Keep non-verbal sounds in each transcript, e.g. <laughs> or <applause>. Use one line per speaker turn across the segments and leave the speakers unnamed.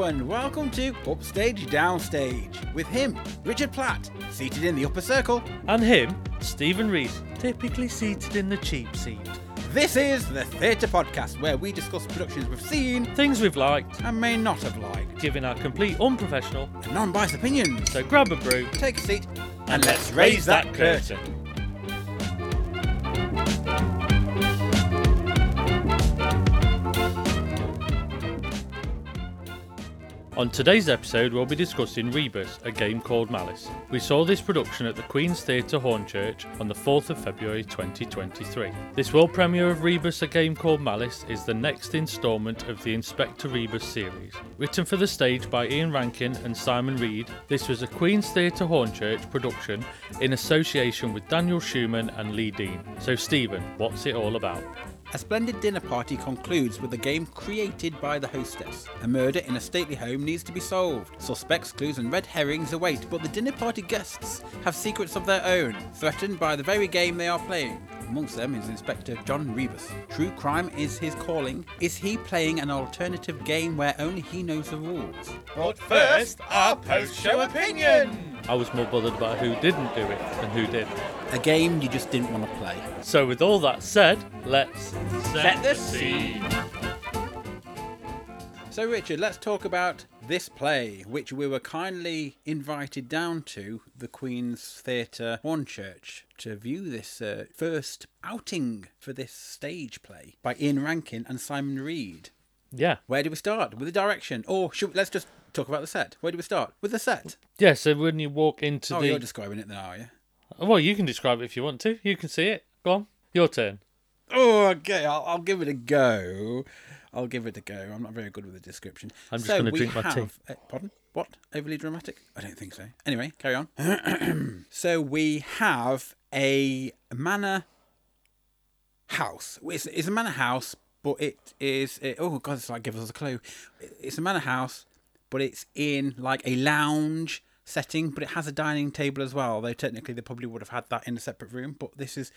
Welcome to Upstage Downstage with him, Richard Platt, seated in the upper circle.
And him, Stephen Reed, typically seated in the cheap seat.
This is the Theatre Podcast where we discuss productions we've seen
Things we've liked,
and may not have liked,
giving our complete unprofessional,
and non biased opinions.
so grab a brew
Take a seat and let's raise that curtain.
On today's episode, we'll be discussing Rebus, a game called Malice. We saw this production at the Queen's Theatre Hornchurch on the 4th of February 2023. This world premiere of Rebus, a game called Malice, is the next instalment of the Inspector Rebus series. Written for the stage by Ian Rankin and Simon Reed, this was a Queen's Theatre Hornchurch production in association with Daniel Schumann and Lee Dean. So, Stephen, what's it all about?
A splendid dinner party concludes with a game created by the hostess. A murder in a stately home needs to be solved. Suspects, clues, and red herrings await, but the dinner party guests have secrets of their own, threatened by the very game they are playing. Amongst them is Inspector John Rebus. True crime is his calling. Is he playing an alternative game where only he knows the rules?
But first, our post show opinion.
I was more bothered about who didn't do it than who did.
A game you just didn't want to play.
So, with all that said, let's set,
the scene. So, Richard, let's talk about this play, which we were kindly invited down to the Queen's Theatre Hornchurch to view this uh, first outing for this stage play by Ian Rankin and Simon Reed.
Yeah.
Where do we start? With the direction, or should let's just talk about the set? Where do we start? With the set.
Yeah, so when you walk into
Oh,
the.
you're describing it then, are you?
Well, you can describe it if you want to. You can see it. Go on. Your turn.
Oh, okay. I'll, I'll give it a go. I'll give it a go. I'm not very good with the description.
I'm just
So
gonna
we
drink my tea.
have- eh, pardon? What? Overly dramatic? I don't think so. Anyway, carry on. <clears throat> so we have a manor house. It's, it's a manor house, but it is. It, oh God, it's like give us a clue. It- It's a manor house, but it's in like a lounge setting, but it has a dining table as well. Though technically they probably would have had that in a separate room, but this is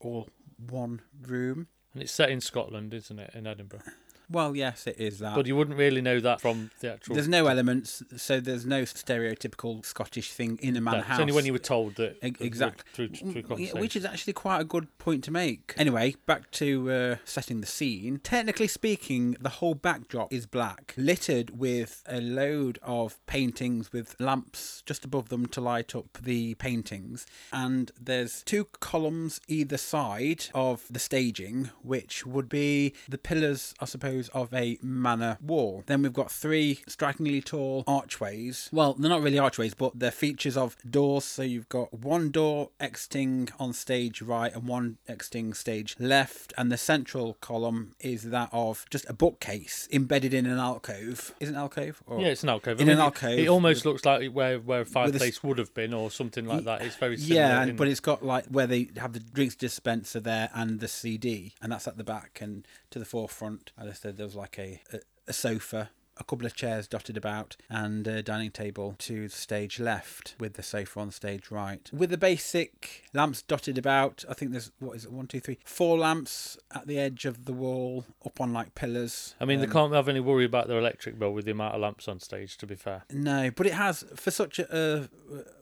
all one room.
And it's set in Scotland, isn't it? In Edinburgh.
Well, yes, it is that.
But you wouldn't really know that from the actual.
There's no elements, so there's no stereotypical Scottish thing in a man
No,
house.
it's only when you were told that.
E- exactly.
Through, through, through
Yeah,
conversation.
which is actually quite a good point to make. Anyway, back to uh, setting the scene. Technically speaking, the whole backdrop is black, littered with a load of paintings with lamps just above them to light up the paintings. And there's two columns either side of the staging, which would be the pillars, I suppose, of a manor wall. Then we've got three strikingly tall archways. Well, they're not really archways, but they're features of doors. So you've got one door exiting on stage right and one exiting stage left. And the central column is that of just a bookcase embedded in an alcove. Is it an alcove? Or...
Yeah, it's an alcove. I
In
mean,
an
it-
alcove.
It, almost looks like where, where a
s-
fireplace would have been or something like that. It's very similar.
Yeah, and,
in-
but it's got like where they have the drinks dispenser there and the CD, and that's at the back and to the forefront. As I said, there was like a a, a sofa. A couple of chairs dotted about and a dining table to the stage left with the sofa on stage right. With the basic lamps dotted about, I think there's what is it, one, two, three, four lamps at the edge of the wall up on like pillars.
I mean,
Um,
they can't have any worry about their electric bill with the amount of lamps on stage, to be fair.
No, but it has for such a uh,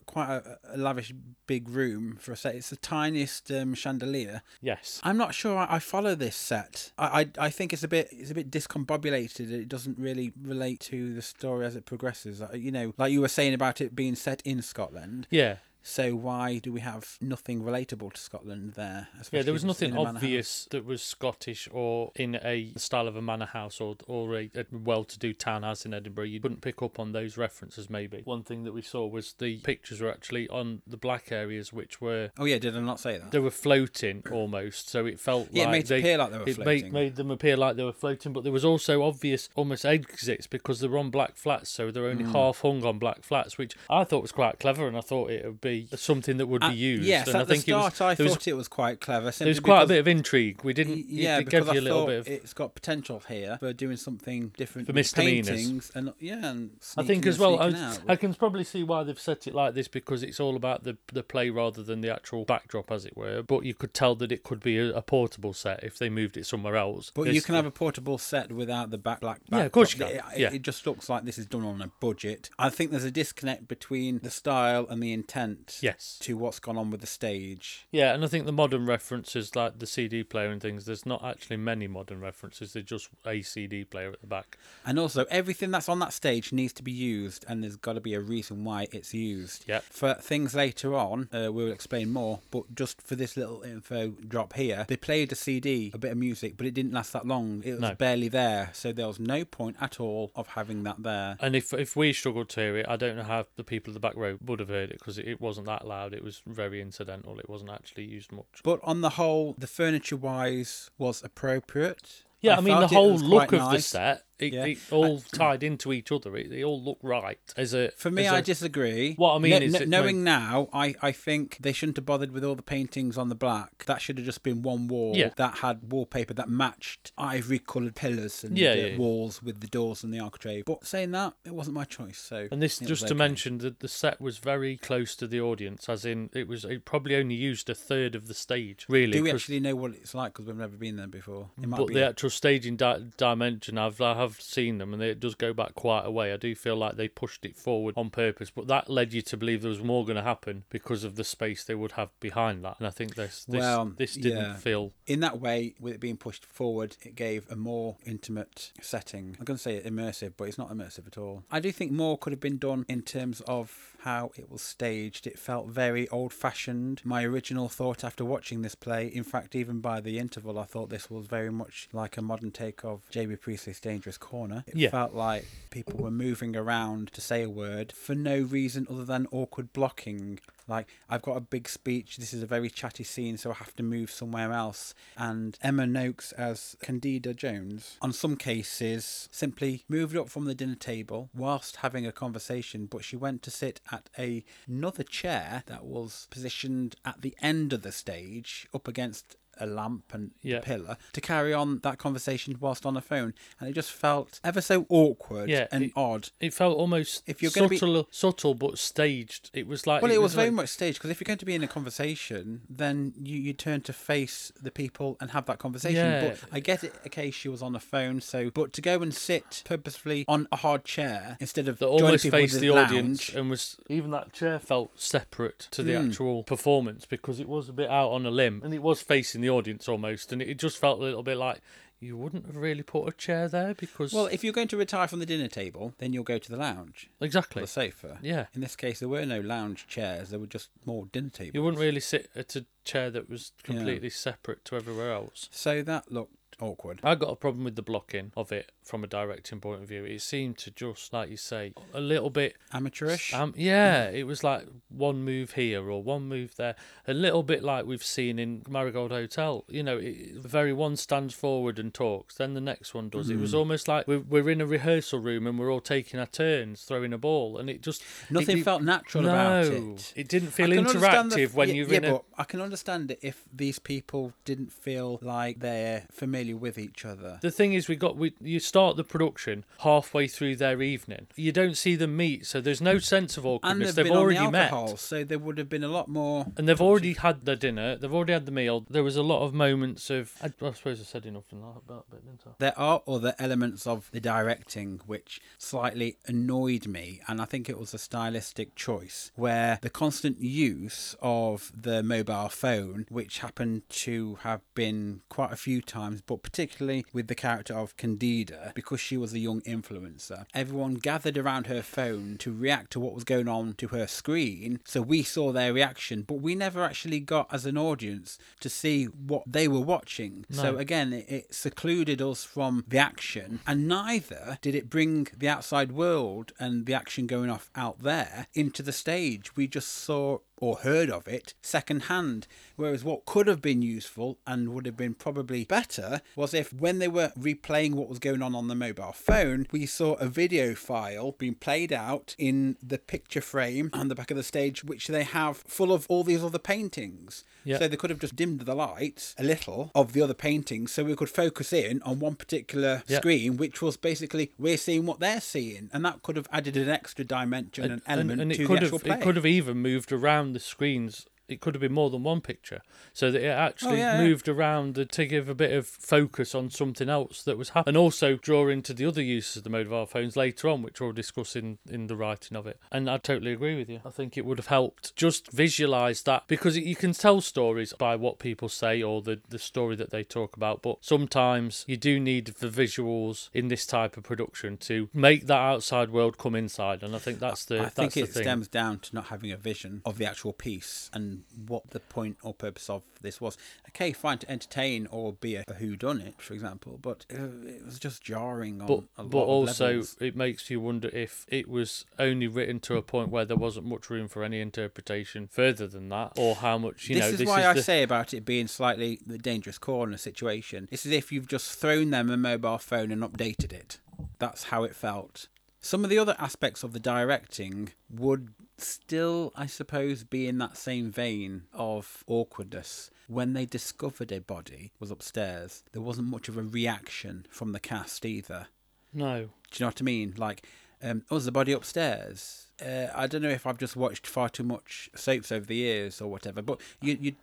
quite a, a lavish big room for a set. It's the tiniest um, chandelier.
Yes.
I'm not sure I, I follow this set. I, I I think it's a bit it's a bit discombobulated. It doesn't really relate to the story as it progresses. Uh, You know, like you were saying about it being set in Scotland.
Yeah.
So why do we have nothing relatable to Scotland there?
Yeah,
especially
there was
if it's in
nothing
a manor house?
obvious that was Scottish or in a style of a manor house or or a, a well-to-do townhouse in Edinburgh. You couldn't pick up on those references. Maybe one thing that we saw was the pictures were actually on the black areas, which were
Oh yeah, did I not say that?
they were floating almost. So it felt
Yeah, it
like
made it
they,
appear like they were
it
floating.
Made, made them appear like they were floating, but there was also obvious almost exits
Hmm.
because they were on black flats, so they're only half hung on black flats, which I thought was quite clever, and I thought it would be be something that would
Uh,
be used.
Yes,
and
at
I
the
think
start
it was,
I
there was,
thought it was quite clever.
there was
simply
quite a
because-
bit of intrigue. We didn't. it-
Yeah,
it
because
gave you a
I
little
thought
bit of.
it's got potential here for doing something different
For
with
misdemeanors.
paintings and yeah, and
I
sneaking
think
in,
as well. I,
sneaking
was-
out.
I can probably see why they've set it like this because it's all about the the play rather than the actual backdrop, as it were. But you could tell that it could be a, a portable set if they moved it somewhere else.
But you
This-
can have a portable set without the back black.
Yeah, of course
backdrop.
you can.
It, it-
Yeah.
it just looks like this is done on a budget. I think there's a disconnect between the style and the intent.
Yes.
To what's gone on with the stage.
Yeah, and I think the modern references, like the CD player and things, there's not actually many modern references. They're just a CD player at the back.
And also, everything that's on that stage needs to be used, and there's got to be a reason why it's used.
Yep.
For things later on, uh, we'll explain more, but just for this little info drop here, they played a CD, a bit of music, but it didn't last that long. It was
No.
barely there, so there was no point at all of having that there.
And if if we struggled to hear it, I don't know how the people at the back row would have heard it because it, it wasn't that loud. It was very incidental. It wasn't actually used much.
But on the whole, the furniture wise was appropriate.
Yeah, I, mean the
felt it
whole
was
look
quite
of the
nice.
set, it,
Yeah.
it all tied into each other. It, they all look right. As a
For me,
as
I
a-
disagree.
What I mean
Kn-
is
kn-
it
knowing now, I, I think they shouldn't have bothered with all the paintings on the black. That should have just been one wall
Yeah.
that had wallpaper that matched ivory coloured pillars and
Yeah,
uh,
yeah, yeah.
walls with the doors and the architrave. But saying that, it wasn't my choice. So
And this,
it was
just to
okay.
mention that the set was very close to the audience, as in it was it probably only used a third of the stage, really.
do we
'cause-
actually know what it's like? Because we've never been there before. It might
but
be
the actual staging di- dimension, I've I have seen them, and it does go back quite a way. I do feel like they pushed it forward on purpose, but that led you to believe there was more going to happen because of the space they would have behind that. And I think this this,
Well,
this didn't
yeah.
feel
in that way, with it being pushed forward, it gave a more intimate setting. I'm going to say immersive, but it's not immersive at all. I do think more could have been done in terms of how it was staged. It felt very old fashioned. My original thought after watching this play, in fact, even by the interval, I thought this was very much like a modern take of J.B. Priestley's Dangerous Corner. It
Yeah.
felt like people were moving around to say a word for no reason other than awkward blocking. Like, I've got a big speech, this is a very chatty scene, so I have to move somewhere else. And Emma Noakes as Candida Jones, on some cases, simply moved up from the dinner table whilst having a conversation, but she went to sit at a, another chair that was positioned at the end of the stage, up against a lamp and
Yeah.
a pillar to carry on that conversation whilst on a phone and it just felt ever so awkward
Yeah,
and
it-
odd
It felt almost
If you're gonna be-
subtle, subtle but staged. It was like
Well, it was very
like-
much staged because if you're going to be in a conversation, then you, you turn to face the people and have that conversation.
Yeah.
But I get it. Okay, she was on the phone, so but to go and sit purposefully on a hard chair instead of
that
joining
almost
people with
faced the
lounge, Hmm.
audience and was even that chair felt separate to the actual performance because it was a bit out on a limb and it was facing the audience almost and it just felt a little bit like you wouldn't have really put a chair there because
Well, if you're going to retire from the dinner table, then you'll go to the lounge, or
exactly
the sofa.
Yeah.
In this case, there were no lounge chairs. There were just more dinner tables.
you wouldn't really sit at a chair that was completely separate to everywhere else
So that looked awkward.
I got a problem with the blocking of it from a directing point of view. It seemed to just, like you say, a little bit
Amateurish.
Um, yeah, it was like one move here or one move there. A little bit like we've seen in Marigold Hotel. You know, it, the very one stands forward and talks, then the next one does. It was
Mm.
almost like we're, we're in a rehearsal room and we're all taking our turns throwing a ball, and it just
Nothing
it-
felt natural
no,
about it.
It didn't feel
I can understand
interactive
the-
when
yeah,
you're
yeah,
in a.
but I can understand it if these people didn't feel like they're familiar with each other.
The thing is, we got we, you start the production halfway through their evening. You don't see them meet, so there's no sense of
and
awkwardness.
they've, been
already
on the
met.
alcohol, so there would have been a lot more.
And they've already had their dinner. They've already had the meal. There was a lot of moments of. I, I suppose I said enough in that bit, didn't I?
There are other elements of the directing which slightly annoyed me, and I think it was a stylistic choice where the constant use of the mobile phone, which happened to have been quite a few times, but particularly with the character of Candida, because she was a young influencer, everyone gathered around her phone to react to what was going on to her screen. So we saw their reaction, but we never actually got, as an audience, to see what they were watching. So again, it, it secluded us from the action, and neither did it bring the outside world and the action going off out there into the stage. We just saw or heard of it secondhand. Whereas what could have been useful and would have been probably better was if, when they were replaying what was going on on the mobile phone, we saw a video file being played out in the picture frame on the back of the stage, which they have full of all these other paintings.
Yeah.
So they could have just dimmed the lights a little of the other paintings so we could focus in on one particular
Yeah.
screen, which was basically we're seeing what they're seeing. And that could have added an extra dimension and, element
and, and
to the
it could
actual
have
play.
it could have even moved around the screens. It could have been more than one picture, so that it actually
Oh, yeah, yeah.
moved around the- to give a bit of focus on something else that was happening, and also draw into the other uses of the mobile phones later on, which we'll discuss in, in the writing of it. And I totally agree with you. I think it would have helped just visualise that because you can tell stories by what people say or the, the story that they talk about, but sometimes you do need the visuals in this type of production to make that outside world come inside, and I think that's the
I think
that's the
it
thing.
stems down to not having a vision of the actual piece and what the point or purpose of this was. Okay, fine to entertain or be a, a who done it, for example, but uh, it was just jarring on
but
a lot
but
of
also
levels.
it makes you wonder if it was only written to a point where there wasn't much room for any interpretation further than that, or how much you
this
know.
is
this
why
is
I
the,
say about it being slightly the dangerous corner situation. This is if you've just thrown them a mobile phone and updated it. That's how it felt. Some of the other aspects of the directing would still, I suppose, be in that same vein of awkwardness. When they discovered a body was upstairs, there wasn't much of a reaction from the cast either.
no.
Do you know what I mean? Like, um, oh, there's a body upstairs. Uh, I don't know if I've just watched far too much soaps over the years or whatever, but you you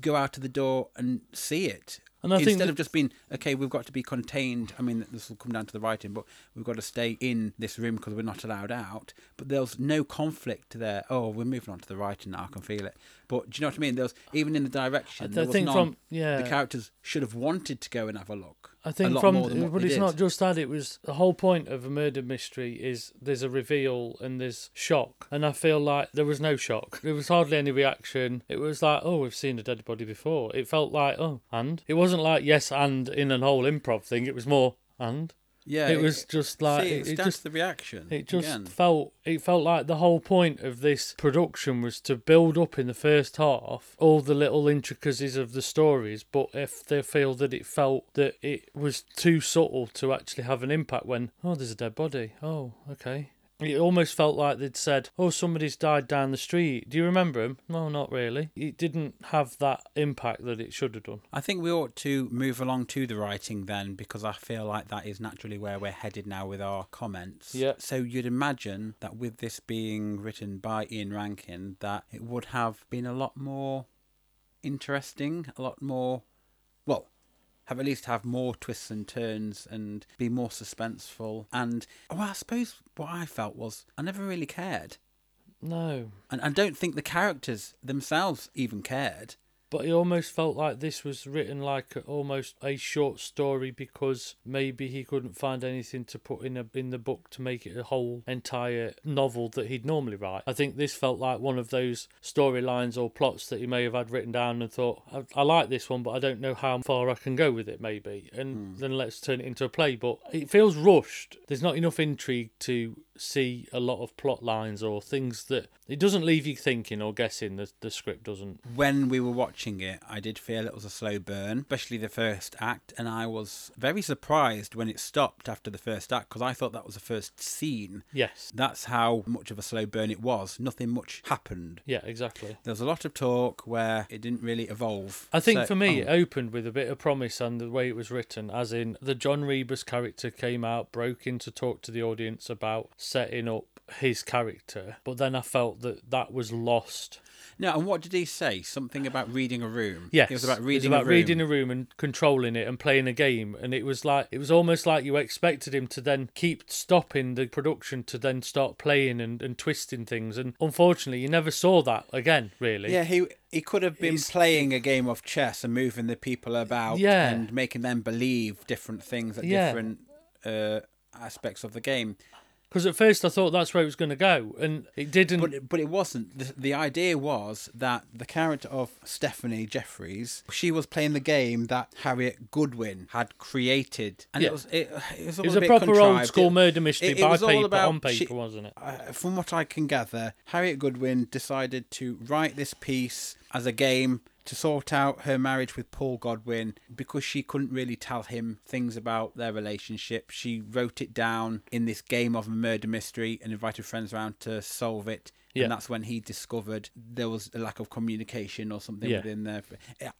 go out to the door and see it.
And I think
Instead
that-
of just being okay, we've got to be contained. I mean, this will come down to the writing, but we've got to stay in this room because we're not allowed out. But there's no conflict there. Oh, we're moving on to the writing now. I can feel it. But do you know what I mean? There's even in the direction.
I
there was
think
none.
from- yeah.
the characters should have wanted to go and have a look.
I
a
think
lot
from,
more than what
but
they
it's
did.
not just that. It was the whole point of a murder mystery is there's a reveal and there's shock, and I feel like there was no shock. There was hardly any reaction. It was like, oh, we've seen a dead body before. It felt like, oh, and it wasn't like yes and in an whole improv thing. It was more and.
Yeah,
it was just like
See,
it-
it's
it
down
just
to the reaction.
It just
again.
felt it felt like the whole point of this production was to build up in the first half all the little intricacies of the stories, but if they feel that it felt that it was too subtle to actually have an impact when oh there's a dead body. Oh, okay. It almost felt like they'd said, "Oh, somebody's died down the street. Do you remember him?" No, not really. It didn't have that impact that it should have done.
I think we ought to move along to the writing then, because I feel like that is naturally where we're headed now with our comments.
Yeah.
So you'd imagine that with this being written by Ian Rankin, that it would have been a lot more interesting, a lot more, well, have at least have more twists and turns and be more suspenseful. And well, I suppose what I felt was I never really cared,
No,
and I don't think the characters themselves even cared.
But it almost felt like this was written like a, almost a short story because maybe he couldn't find anything to put in a, in the book to make it a whole entire novel that he'd normally write. I think this felt like one of those storylines or plots that he may have had written down and thought, I, I like this one, but I don't know how far I can go with it, maybe. And then let's turn it into a play. But it feels rushed. There's not enough intrigue to see a lot of plot lines or things that it doesn't leave you thinking or guessing. The, the script doesn't.
when we were watching it, I did feel it was a slow burn, especially the first act, and I was very surprised when it stopped after the first act because I thought that was the first scene.
Yes.
That's how much of a slow burn it was. Nothing much happened.
Yeah, exactly.
There was a lot of talk where it didn't really evolve.
I think
So-
for me, uh
oh.
it opened with a bit of promise and the way it was written, as in the John Rebus character came out, broke in to talk to the audience about setting up his character, but then I felt that that was lost.
no, and what did he say? Something about reading a room.
Yes,
it was about reading
about
a room.
reading a room and controlling it and playing a game, and it was like it was almost like you expected him to then keep stopping the production to then start playing and, and twisting things, and unfortunately, you never saw that again. Really,
yeah, he he could have been
He's-
playing a game of chess and moving the people about
Yeah.
and making them believe different things at
Yeah.
different uh, aspects of the game.
Because at first I thought that's where it was going to go, and it didn't.
But but it wasn't. The, the idea was that the character of Stephanie Jeffries, she was playing the game that Harriet Goodwin had created, and
Yeah.
it was it, it was, all
It was
a,
a
bit
proper old
contrived.
school
It-
murder mystery by
was all
paper,
about-
on paper,
she-
wasn't it?
uh, from what I can gather, Harriet Goodwin decided to write this piece as a game to sort out her marriage with Paul Godwin because she couldn't really tell him things about their relationship. She wrote it down in this game of a murder mystery and invited friends around to solve it.
Yeah.
And that's when he discovered there was a lack of communication or something
Yeah.
within there.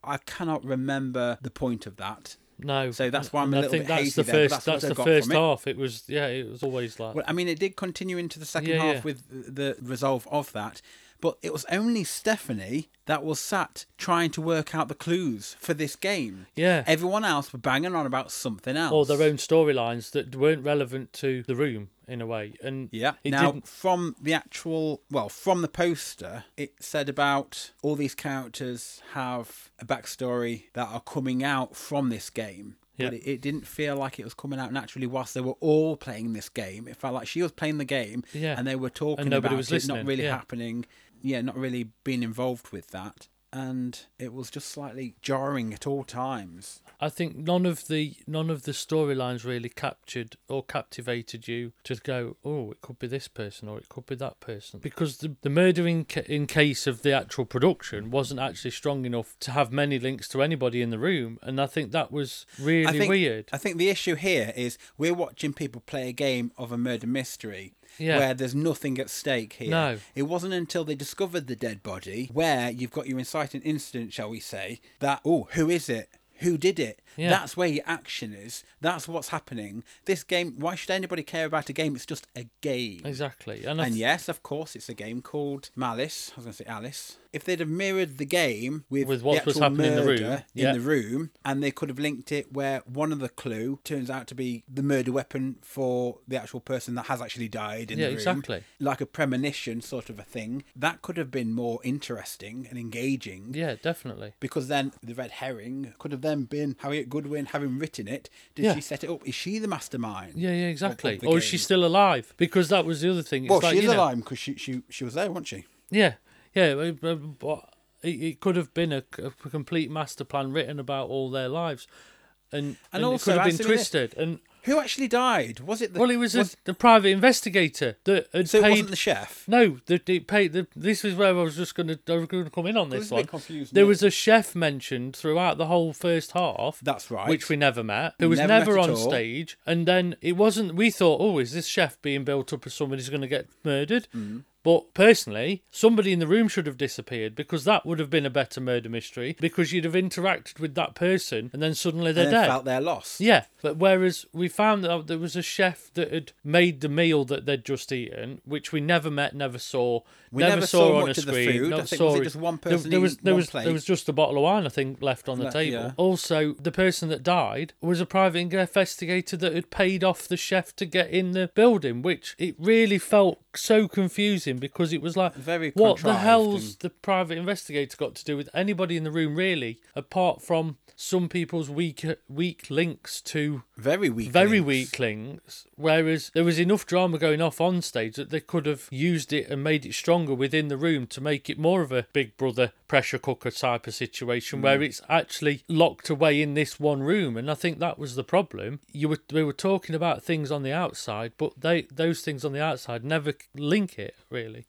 I cannot remember the point of that.
No.
So that's why I'm
And
a
I
little
think
bit
that's
hazy
the
there, but
first.
that's what I
the
got
first
from it.
half. It was yeah. It was always like.
Well, I mean, it did continue into the second
Yeah,
half
yeah.
with the resolve of that, but it was only Stephanie that was sat trying to work out the clues for this game.
Yeah.
Everyone else were banging on about something else.
or their own storylines that weren't relevant to the room in a way, and
Yeah.
it
now,
didn't.
from the actual, well, from the poster, it said about all these characters have a backstory that are coming out from this game.
Yeah.
But it, it didn't feel like it was coming out naturally whilst they were all playing this game. It felt like she was playing the game
Yeah.
and they were talking
nobody
about
was
it, not
listening,
really
yeah.
happening. Yeah, not really being involved with that. And it was just slightly jarring at all times.
I think none of the none of the storylines really captured or captivated you to go, oh, it could be this person or it could be that person, because the the murder in, ca- in case of the actual production wasn't actually strong enough to have many links to anybody in the room, and I think that was really
I think,
weird.
I think the issue here is we're watching people play a game of a murder mystery
Yeah.
where there's nothing at stake here.
No.
It wasn't until they discovered the dead body where you've got your inciting incident, shall we say, that, oh, who is it? Who did it?
Yeah.
That's where your action is. That's what's happening. This game, why should anybody care about a game? It's just a game.
exactly, and, I
And
th-
yes, of course, it's a game called Malice. I was going to say Alice. If they'd have mirrored the game with,
With
the
what was
actual
happening in the room,
murder
yeah.
in the room, and they could have linked it where one of the clue turns out to be the murder weapon for the actual person that has actually died in
Yeah,
the room,
exactly.
like a premonition sort of a thing, that could have been more interesting and engaging
yeah, definitely.
because then the red herring could have then been Harriet Goodwin having written it. Did
Yeah.
she set it up? Is she the mastermind?
Yeah, yeah, exactly.
the
Or is she
game.
still alive? Because that was the other thing. It's
Well,
like,
she's
you know,
alive because she, she she was there, wasn't she?
Yeah, yeah. but- but- but It, it could have been a, a complete master plan written about all their lives, and and,
also,
it could have
as
been
to this-
twisted. And
Who actually died? Was it the
well, it was, a, the private investigator that had
so it
paid.
wasn't the chef?
No, the, the paid. The, this is where I was just going to. I was going to come in on this
it's a bit
one.
confusing,
There
isn't
was a chef mentioned throughout the whole first half.
That's right.
Which we never met. Who was
Never
never,
met at
on
all.
stage. And then it wasn't. We thought, oh, is this chef being built up as somebody who's going to get murdered? But personally, somebody in the room should have disappeared because that would have been a better murder mystery because you'd have interacted with that person and then suddenly they're
and
dead.
then felt their loss.
Yeah, but whereas we found out there was a chef that had made the meal that they'd just eaten, which we never met, never saw,
We
never,
never
saw,
saw
on a
much of the
screen.
food.
not
I think,
saw
was it
it.
just one
There-
person
There, was
eating
there
one
was there
plate?
was just a bottle of wine, I think, left on the
Le-
table.
yeah.
Also, the person that died was a private investigator that had paid off the chef to get in the building, which it really felt so confusing because it was like,
Very
what the
contrived
hell's
and-
the private investigator got to do with anybody in the room really apart from some people's weak weak links to
Very weak.
very
links.
weak links whereas there was enough drama going off on stage that they could have used it and made it stronger within the room to make it more of a big brother pressure cooker type of situation
Hmm.
where it's actually locked away in this one room and i think that was the problem you were we were talking about things on the outside but they those things on the outside never link it really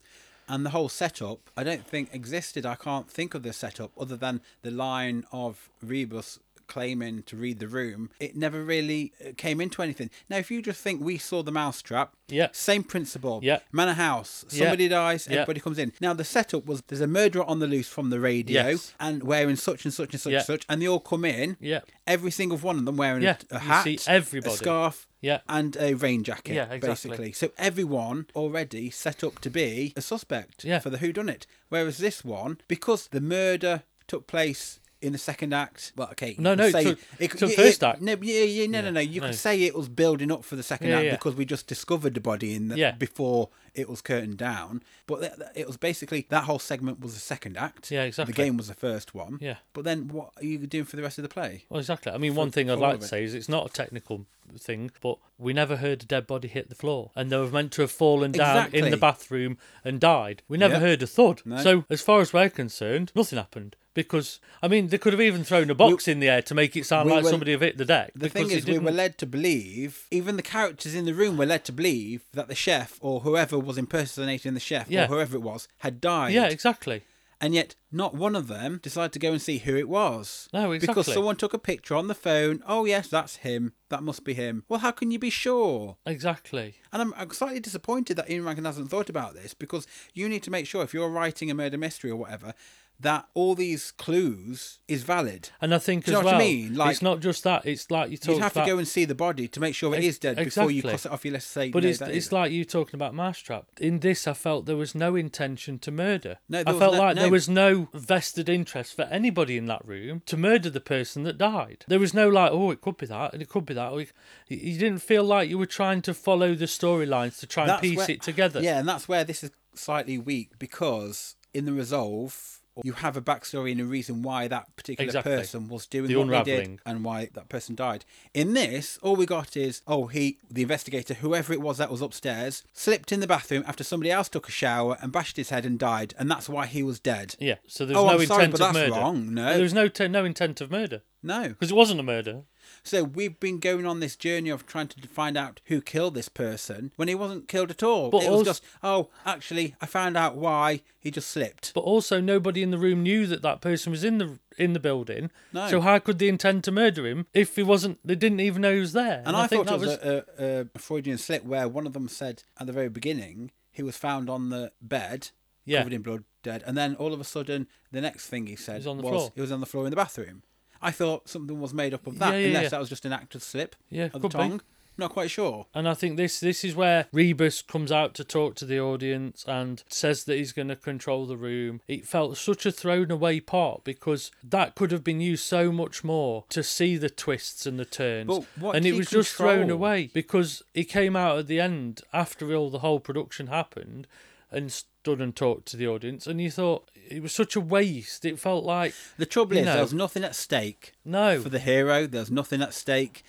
And the whole setup, I don't think existed. I can't think of the setup other than the line of Rebus claiming to read the room. It never really uh, came into anything. Now, if you just think we saw the mousetrap,
Yeah.
same principle.
Yeah.
Manor house,
Yeah.
somebody dies,
Yeah.
everybody comes in. Now, the setup was there's a murderer on the loose from the radio
Yes.
and wearing such and such and such
Yeah.
and such, and they all come in.
Yeah.
Every single one of them wearing a-
Yeah,
a,
you
hat,
see everybody.
a scarf,
Yeah.
and a rain jacket,
Yeah, exactly.
basically. So everyone already set up to be a suspect
Yeah.
for the whodunit. Whereas this one, because the murder took place in the second act. Well, okay. you
No,
can
no,
say,
till-
it-
till
it-
first
it-
act.
No, yeah, yeah, no, no, no. You
no.
could say it was building up for the second
Yeah,
act
yeah.
because we just discovered the body in the,
Yeah.
before it was curtained down. But th- th- it was basically that whole segment was the second act.
Yeah, exactly.
The game was the first one.
Yeah.
But then what are you doing for the rest of the play?
Well, exactly. I mean, one thing I'd
for all
like
of
to
it.
say is it's not a technical thing, but we never heard a dead body hit the floor, and they were meant to have fallen down in the
Exactly.
bathroom and died. We never
Yeah.
heard a thud.
No.
So, as far as we're concerned, nothing happened. Because I mean, they could have even thrown a box in the air to make it sound
we
like
were-
somebody have hit the deck.
The
because
thing
it
is, we
didn't-
were led to believe, even the characters in the room were led to believe that the chef or whoever was impersonating the chef
Yeah.
or whoever it was had died.
yeah, exactly.
and yet not one of them decided to go and see who it was.
No,
Because
exactly.
someone took a picture on the phone. Oh yes, that's him. That must be him. Well, how can you be sure?
Exactly.
And I'm, I'm slightly disappointed that Ian Rankin hasn't thought about this because you need to make sure if you're writing a murder mystery or whatever that all these clues is valid.
And I think
Do you
as
know what I
well,
mean? Like-
it's not just that. It's like you talked
You'd have
about-
to go and see the body to make sure it
Ex-
is dead before you
exactly.
cross it off your list. Say,
But
no,
it's
that
it's
isn't.
like you talking about Mousetrap. In this, I felt there was no intention to murder.
No, there
I
was
felt
no-
like there
no.
was no vested interest for anybody in that room to murder the person that died. There was no like, oh, it could be that, and it could be that. Or it- you- you didn't feel like you were trying to follow the storylines to try and
That's
piece
where-
it together.
Yeah, and that's where this is slightly weak because in the resolve you have a backstory and a reason why that particular
Exactly.
person was doing
The
what they
unravelling.
did and why that person died. In this, all we got is oh he the investigator, whoever it was that was upstairs, slipped in the bathroom after somebody else took a shower and bashed his head and died, and that's why he was dead.
Yeah, so there's
Oh, I'm
no intent
sorry, but
of
that's
murder.
wrong. No.
there was no t- no intent of murder
No.
because it wasn't a murder.
So we've been going on this journey of trying to find out who killed this person when he wasn't killed at all.
But
it was
als-
just oh, actually, I found out why he just slipped.
But also, nobody in the room knew that that person was in the in the building.
No.
So how could they intend to murder him if he wasn't? They didn't even know he was there.
And I, thought it was, a, a, a Freudian slip where one of them said at the very beginning he was found on the bed,
Yeah.
covered in blood, dead, and then all of a sudden the next thing he said
was on the
was
floor.
he was on the floor in the bathroom. I thought something was made up of that,
Yeah, yeah,
unless
yeah.
that was just an actor's slip
Yeah,
of the
could be.
tongue. Not quite sure.
And I think this this is where Rebus comes out to talk to the audience and says that he's going to control the room. It felt such a thrown away part because that could have been used so much more to see the twists and the turns.
But what
and
did
it
he
was just thrown
control?
away because he came out at the end after all the whole production happened and stood and talked to the audience and you thought it was such a waste. It felt like
The trouble
You
is,
know.
there was nothing at stake
no.
for the hero. There's nothing at stake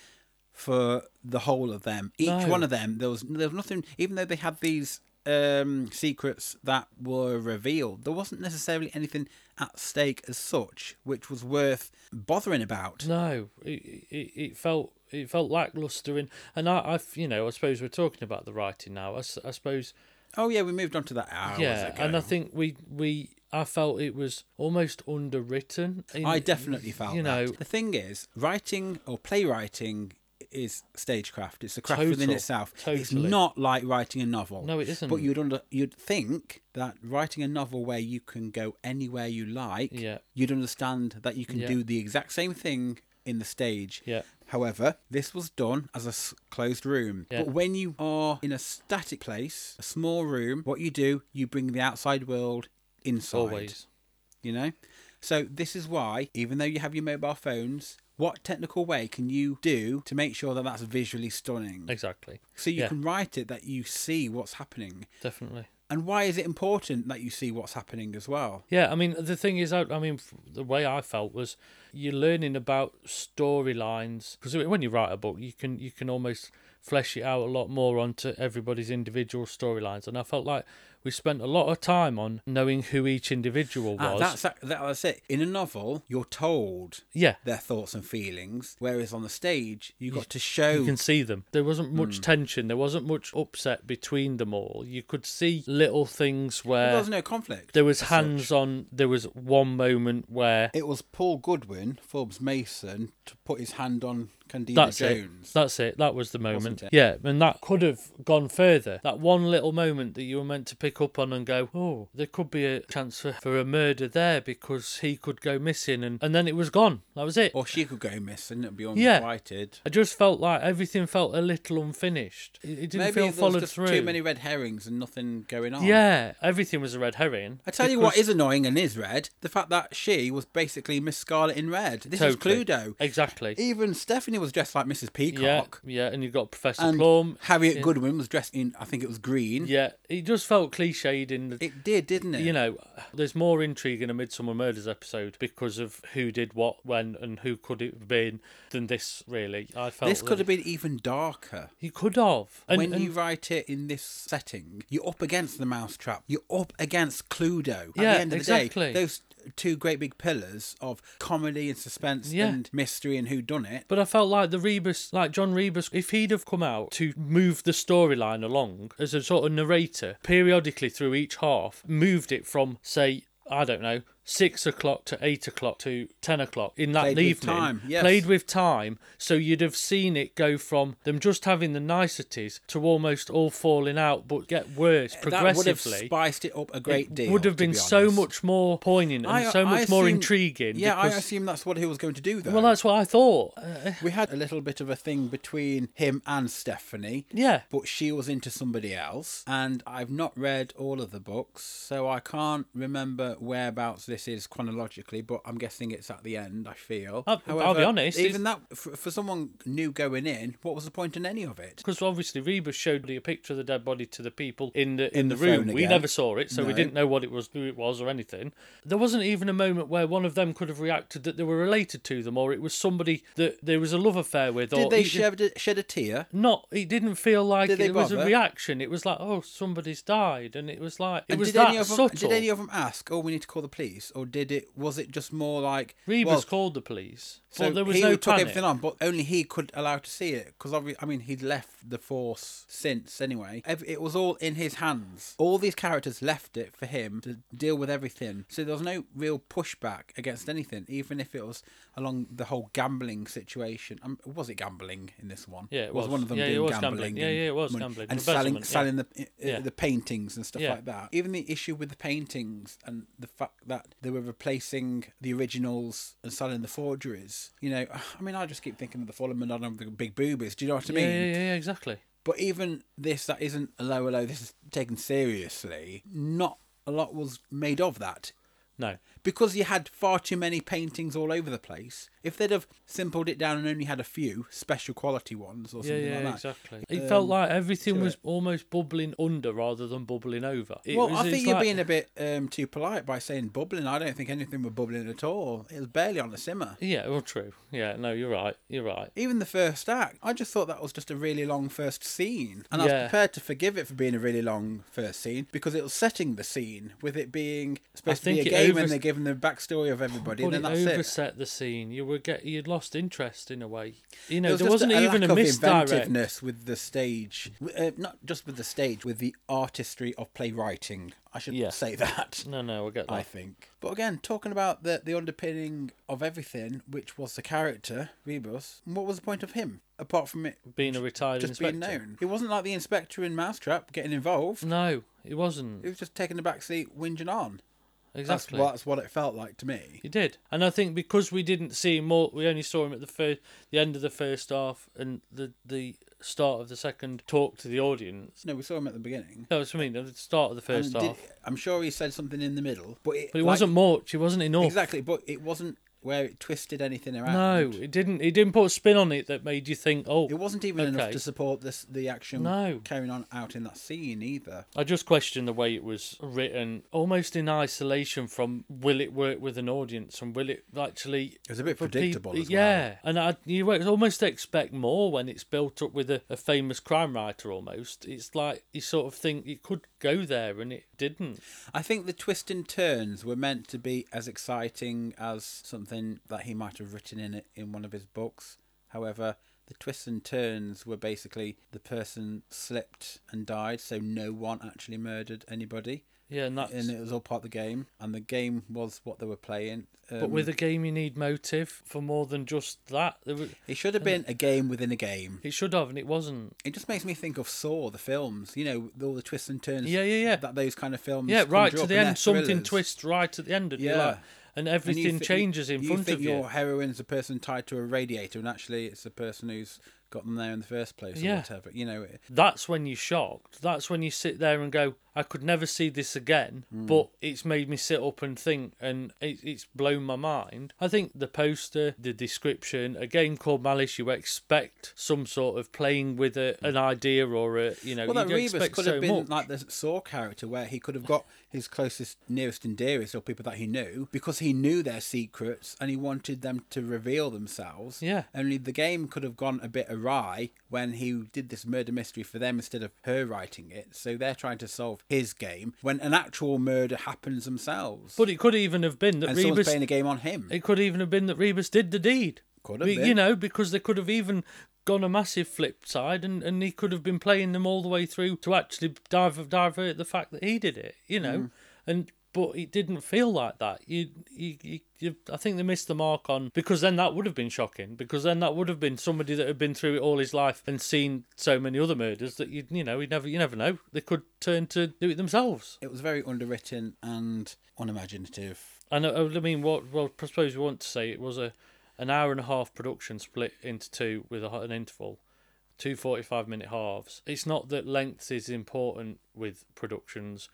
for the whole of them. Each
No.
one of them, there was there was nothing. Even though they had these um, secrets that were revealed, there wasn't necessarily anything at stake as such, which was worth bothering about.
No, it, it, it felt it felt lackluster, and and I, I you know I suppose we're talking about the writing now. I, s- I suppose
Oh yeah, we moved on to that hours
yeah,
ago.
and I think we we I felt it was almost underwritten. in-
I definitely felt
you know
that. The thing is, writing or playwriting is stagecraft. It's a craft within
Total.
itself. It's
Totally.
not like writing a novel.
No, it isn't.
But you'd under you'd think that writing a novel where you can go anywhere you like,
Yeah.
you'd understand that you can
Yeah.
do the exact same thing in the stage.
Yeah.
However, this was done as a s- closed room.
Yeah.
But when you are in a static place, a small room, what you do, you bring the outside world inside
always
you know so this is why even though you have your mobile phones what technical way can you do to make sure that that's visually stunning
exactly
so you
yeah.
can write it that you see what's happening
definitely.
and why is it important that you see what's happening as well
Yeah, I mean the thing is, I, I mean f- the way I felt was you're learning about storylines because when you write a book, you can you can almost flesh it out a lot more onto everybody's individual storylines, and I felt like we spent a lot of time on knowing who each individual was.
Ah, that's that, that's it in a novel you're told
yeah.
their thoughts and feelings whereas on the stage you got to show
You can see them. There wasn't
Hmm.
much tension. There wasn't much upset between them all. You could see little things
there
where
was no conflict
uh, there was
as
hands
such.
on. There was one moment where
it was Paul Goodwin, Forbes Mason, to put his hand on Candida
That's
Jones.
it. That's it. That was the moment.
Wasn't it?
Yeah, and that could have gone further. That one little moment that you were meant to pick up on and go, oh, there could be a chance for, for a murder there because he could go missing, and, and then it was gone. That was it.
Or she could go missing and be
Yeah.
unrequited.
I just felt like everything felt a little unfinished. It, it didn't
Maybe
feel
there was
followed
just
through.
too many red herrings and nothing going on.
Yeah, everything was a red herring.
I tell you what is annoying and is red the fact that she was basically Miss Scarlet in red. This
Totally.
is Cluedo.
Exactly.
Even Stephanie was dressed like Mrs.
Yeah,
Peacock.
yeah, and you've got Professor
And
Plum.
Harriet
Yeah.
Goodwin was dressed in, I think it was green.
Yeah, it just felt cliched in the.
It did, didn't it?
you know, there's more intrigue in a Midsummer Murders episode because of who did what, when, and who could it have been than this. Really, I felt
this could have been even darker.
He could have. And,
when
and-
you write it in this setting, you're up against the mousetrap. You're up against Cluedo. At
Yeah,
the end of
exactly.
the day, those two great big pillars of comedy and suspense
Yeah.
and mystery and who done it.
But I felt like the Rebus, like John Rebus, if he'd have come out to move the storyline along as a sort of narrator, periodically through each half, moved it from, say, I don't know, six o'clock to eight o'clock to ten o'clock in that
Played with
evening.
time, yes.
Played with time, so you'd have seen it go from them just having the niceties to almost all falling out, but get worse
That would have
progressively.
spiced it up a great
It
deal.
would have
to
been
be
so
honest.
much more poignant and
I-
so
I
much more
assume-
intriguing.
Yeah, I
because-
assume that's what he was going to do, though.
Well, that's what I thought. Uh,
we had a little bit of a thing between him and Stephanie.
yeah.
But she was into somebody else, and I've not read all of the books, so I can't remember whereabouts this is chronologically. But I'm guessing it's at the end. I feel.
I'll- I'll be honest,
Even that, for, for someone new going in, what was the point in any of it?
because obviously Reba showed the- a picture of the dead body to the people in the in,
In
the,
the
room.
phone
We
again.
never saw it, so we
No.
didn't know what it was, who it was, or anything. There wasn't even a moment where one of them could have reacted that they were related to them, or it was somebody that there was a love affair with. or
Did they
it did-
shed a, shed a tear?
Not. It didn't feel like
Did they
it was a
bother?
reaction. It was like, oh, somebody's died, and it was like it
And
was
did
that
any of them,
subtle.
Did any of them ask? Oh, we need to call the police, or did it? Was it just more like
Reba's
well,
called the police.
So
but there was
he
no
took
panic.
everything on, but only he could allow to see it because I mean he'd left the force since anyway. Ev- It was all in his hands. All these characters left it for him to deal with everything. So there was no real pushback against anything, even if it was along the whole gambling situation. Um, was it gambling in this one?
Yeah, it was.
one of them
Yeah, it
doing
was
gambling.
gambling. Yeah,
and
yeah, it was
money-
gambling.
and selling
Investment, yeah.
selling the uh,
Yeah.
the paintings and stuff
Yeah.
like that. Even the issue with the paintings and the fact that they were replacing the originals and selling the forgeries. You know, <sighs> I mean, I just keep thinking of the fallen Madonna with the big boobies. Do you know what I
Yeah,
mean?
yeah, yeah, yeah, exactly.
But even this, that isn't a low, low. This is taken seriously. Not a lot was made of that
No.
because you had far too many paintings all over the place. If they'd have simpled it down and only had a few special quality ones or
Yeah,
something
yeah,
like that,
exactly. It
Um,
felt like everything
to
was almost bubbling under rather than bubbling over. It
well,
was-
I
it's
think you're
like-
being a bit um, too polite by saying bubbling. I don't think anything was bubbling at all. It was barely on the simmer.
Yeah, well, true. Yeah, no, you're right. You're right.
Even the first act, I just thought that was just a really long first scene. And I
Yeah.
was prepared to forgive it for being a really long first scene because it was setting the scene with it being supposed to be a
think it
game
overs-
and they're giving the backstory of everybody
But
and then
it
that's it.
overset the scene. You were get you'd lost interest in a way. You know,
There was
there
just
wasn't even
lack
a
of
misdirect.
inventiveness with the stage, W- uh, not just with the stage, with the artistry of playwriting. I should
Yeah.
say <laughs> that.
No, no, I get that.
I think. But again, talking about the, the underpinning of everything, which was the character, Rebus, what was the point of him? Apart from it
Being a retired
just
inspector. Mm.
being known. It wasn't like the inspector in Mousetrap getting involved.
No, it
It
wasn't
was just taking the back seat, whinging on. That's,
exactly.
what, that's what it felt like to me.
He did, and I think because we didn't see him more, we only saw him at the first, the end of the first half, and the the start of the second talk to the audience.
No, we saw him at the beginning.
No, that's what I mean. At the start of the first
And did-
half,
I'm sure he said something in the middle, but it,
but it
like-
wasn't much. It wasn't enough.
exactly. But it wasn't where it twisted anything around.
No, it didn't. It didn't put a spin on it that made you think, oh,
It wasn't even enough
Okay.
to support this the action
No.
carrying on out in that scene either.
I just question the way it was written, almost in isolation from will it work with an audience and will it actually.
It was a bit
for peop-
predictable as well.
yeah, and I, you almost expect more when it's built up with a, a famous crime writer. Almost, it's like you sort of think it could go there, and it didn't.
I think the twists and turns were meant to be as exciting as something that he might have written in it in one of his books. However, the twists and turns were basically the person slipped and died, so no one actually murdered anybody.
Yeah, and that's.
and it was all part of the game, and the game was what they were playing. Um,
but with a game, you need motive for more than just that. There was-
it should have been a game within a game.
It should have, and it wasn't.
It just makes me think of Saw, the films. You know, all the twists and turns.
Yeah, yeah, yeah.
That those kind of films.
yeah, right
conjure
to
up,
the
and they're
end, something
thrillers.
twists right to the end, and you're
Yeah.
like,
And
and
you
everything
thi-
changes in
you
front
think
of
your
you.
heroine's a person tied to a radiator, and actually, it's the person who's got them there in the first place, or
Yeah.
whatever. You know, it-
That's when you're shocked. That's when you sit there and go, I could never see this again,
Hmm.
but it's made me sit up and think, and it, it's blown my mind. I think the poster, the description, a game called Malice, you expect some sort of playing with a, an idea or a, you know,
Well, that
you
Rebus
expect
could
so
have been
much.
like the Saw character, where he could have got his closest, nearest, and dearest, or people that he knew, because he knew their secrets and he wanted them to reveal themselves.
Yeah.
Only the game could have gone a bit awry when he did this murder mystery for them instead of her writing it. So they're trying to solve his game when an actual murder happens themselves.
But it could even have been that
and someone's
Rebus
playing a game on him.
It could even have been that Rebus did the deed.
Mm. Could have
Be- You
been.
know, because they could have even gone a massive flip side and, and he could have been playing them all the way through to actually dive, divert the fact that he did it, you know.
Mm.
And but it didn't feel like that. You, you, you, you, I think they missed the mark on because then that would have been shocking. Because then that would have been somebody that had been through it all his life and seen so many other murders that you, you know, you never, you never know. They could turn to do it themselves.
It was very underwritten and unimaginative.
I know. uh, I mean, what? Well, I suppose we want to say it was a an hour and a half production split into two with a, an interval, two 45 minute halves. It's not that length is important with productions,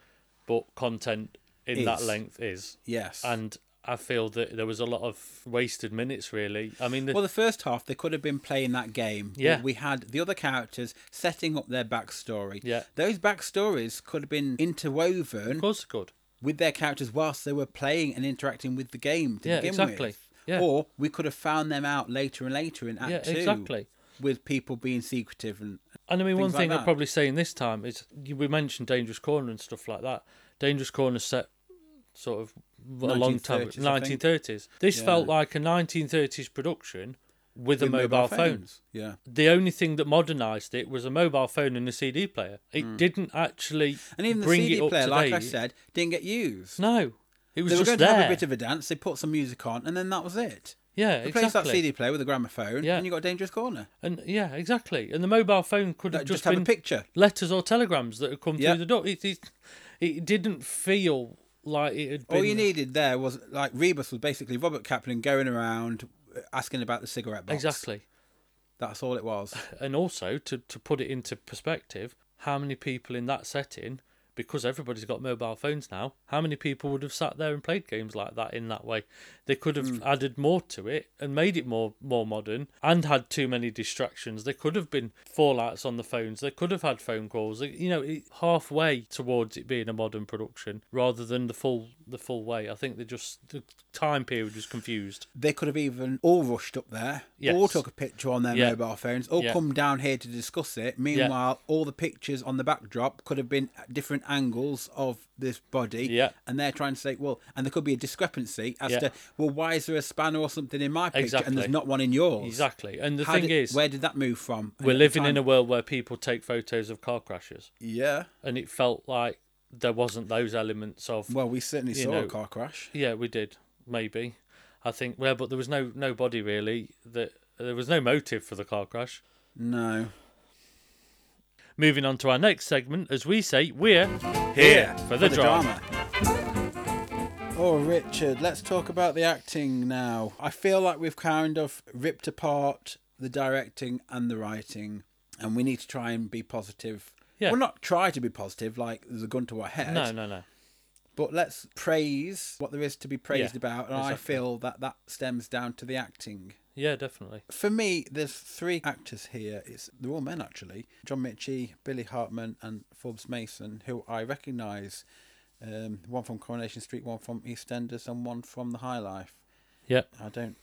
but content in that
Is.
length is.
Yes.
And I feel that there was a lot of wasted minutes. Really, I mean, the, <laughs>
Well, the first half they could have been playing that game.
Yeah.
We had the other characters setting up their backstory.
Yeah.
Those backstories could have been interwoven
of course, it could.
with their characters whilst they were playing and interacting with the game to
Yeah,
begin
exactly.
with.
Yeah.
Or we could have found them out later and later in Act
Yeah,
Two.
exactly.
With people being secretive and
And I mean, one
things like
thing I'm
that.
probably saying this time is you- we mentioned Dangerous Corner and stuff like that. Dangerous Corner set sort of a long time,
1930s, I think.
1930s. This
Yeah.
felt like a 1930s production with, a
with
mobile, phone.
Yeah.
The only thing that modernised it was a mobile phone and a CD player. It didn't actually
Mm. And even the
bring it
CD
up
player,
to
like I
date.
said, didn't get used.
No, it was
they were
just
going
there.
to have a bit of a dance. They put some music on, and then that was it.
yeah,
Replace
exactly.
that CD player with a gramophone,
Yeah.
and you got a dangerous corner.
And yeah, exactly. And the mobile phone could
That
have just,
just have
been
a picture.
letters or telegrams that had come
Yeah.
through the door. It, it, it didn't feel like it had been.
All you needed there was like Rebus was basically Robert Kaplan going around uh, asking about the cigarette box.
Exactly.
That's all it was.
And also, to, to put it into perspective, how many people in that setting, because everybody's got mobile phones now, how many people would have sat there and played games like that in that way? They could have added more to it and made it more, more modern and had too many distractions. There could have been fallouts on the phones. They could have had phone calls. They- You know, it, halfway towards it being a modern production rather than the full the full way. I think they just, the time period was confused.
They could have even all rushed up there,
Yes.
all took a picture on their
Yeah.
mobile phones, all
Yeah.
come down here to discuss it. Meanwhile, all the pictures on the backdrop could have been at different angles of this body.
Yeah.
And they're trying to say, well, and there could be a discrepancy as
Yeah.
to, well, why is there a spanner or something in my picture and
Exactly.
there's not one in yours?
Exactly. And the
How
thing
did-
is.
where did that move from?
We're living in a world where people take photos of car crashes,
yeah.
and it felt like there wasn't those elements of.
Well, we certainly saw
know,
a car crash.
yeah, we did maybe. I think well, but there was no nobody really that there was no motive for the car crash.
No.
Moving on to our next segment, as we say, we're
Here.
for the, drama.
Oh, Richard, let's talk about the acting now. I feel like we've kind of ripped apart the directing and the writing, and we need to try and be positive.
Yeah.
Well, not try to be positive, like there's a gun to our head.
No, no, no.
But let's praise what there is to be praised
Yeah,
about, and I
exactly.
feel that that stems down to the acting.
Yeah, definitely.
For me, there's three actors here. It's they're all men actually: John Mitchie, Billy Hartman, and Forbes Mason, who I recognise. Um, one from Coronation Street, one from EastEnders, and one from The High Life.
Yeah,
I don't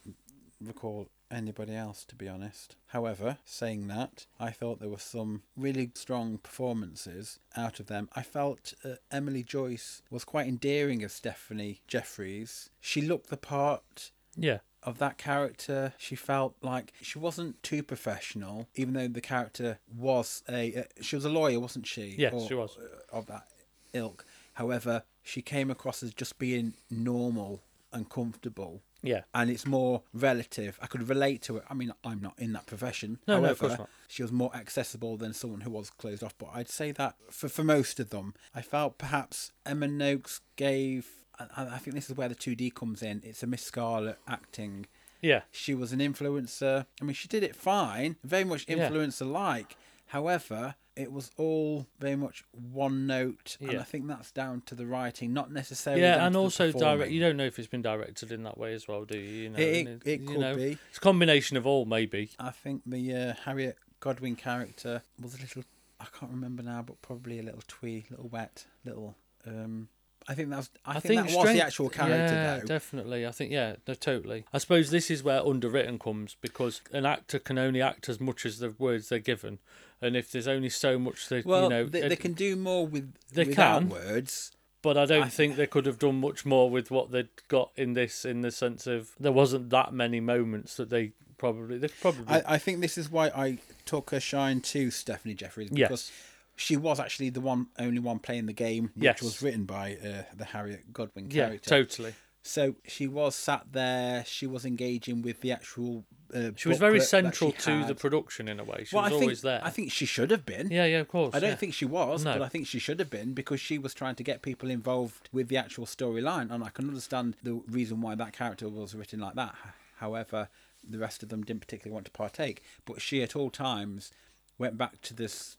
recall anybody else, to be honest. However, saying that, I thought there were some really strong performances out of them. I felt uh, Emily Joyce was quite endearing as Stephanie Jeffries. She looked the part
yeah,
of that character she felt like she wasn't too professional even though the character was a uh, she was a lawyer wasn't she
Yes, she was.
uh, of that ilk However, she came across as just being normal and comfortable.
Yeah.
And it's more relative. I could relate to it. I mean, I'm not in that profession.
No,
However,
no, of course not.
she was more accessible than someone who was closed off. But I'd say that for, for most of them, I felt perhaps Emma Noakes gave. I, I think this is where the 2D comes in. It's a Miss Scarlet acting.
Yeah.
She was an influencer. I mean, she did it fine, very much
Yeah.
influencer like. However, it was all very much one note, and
Yeah.
I think that's down to the writing, not necessarily. down
Yeah, and
to the
also direct.
performing.
You don't know if it's been directed in that way as well, do you? you know,
It-
and
it-
it's-
it
you
could
know,
be.
It's a combination of all, maybe.
I think the uh, Harriet Godwin character was a little. I can't remember now, but probably a little twee, little wet, little. Um, I think that was. I, think, that was
strength-
the actual character,
yeah,
though.
definitely. I think yeah, no, totally. I suppose this is where underwritten comes because an actor can only act as much as the words they're given, and if there's only so much that
well,
you know,
they,
uh,
they can do more with
They
without
can.
words.
but I don't think they could have done much more with what they'd got in this, in the sense of there wasn't that many moments that they probably they probably
I, I think this is why I took her shine to Stephanie Jeffries
Yes.
because she was actually the one only one playing the game, which
Yes.
was written by uh, the Harriet Godwin
yeah,
character.
totally.
so she was sat there. She was engaging with the actual. Uh,
She was very
booklet that
central
she
to the
had.
production in a way. She
well,
was
I think,
always there.
I think she should have been.
yeah, yeah, of course.
I don't
yeah.
think she was,
No.
but I think she should have been because she was trying to get people involved with the actual storyline, and I can understand the reason why that character was written like that. H- However, the rest of them didn't particularly want to partake, but she at all times went back to this.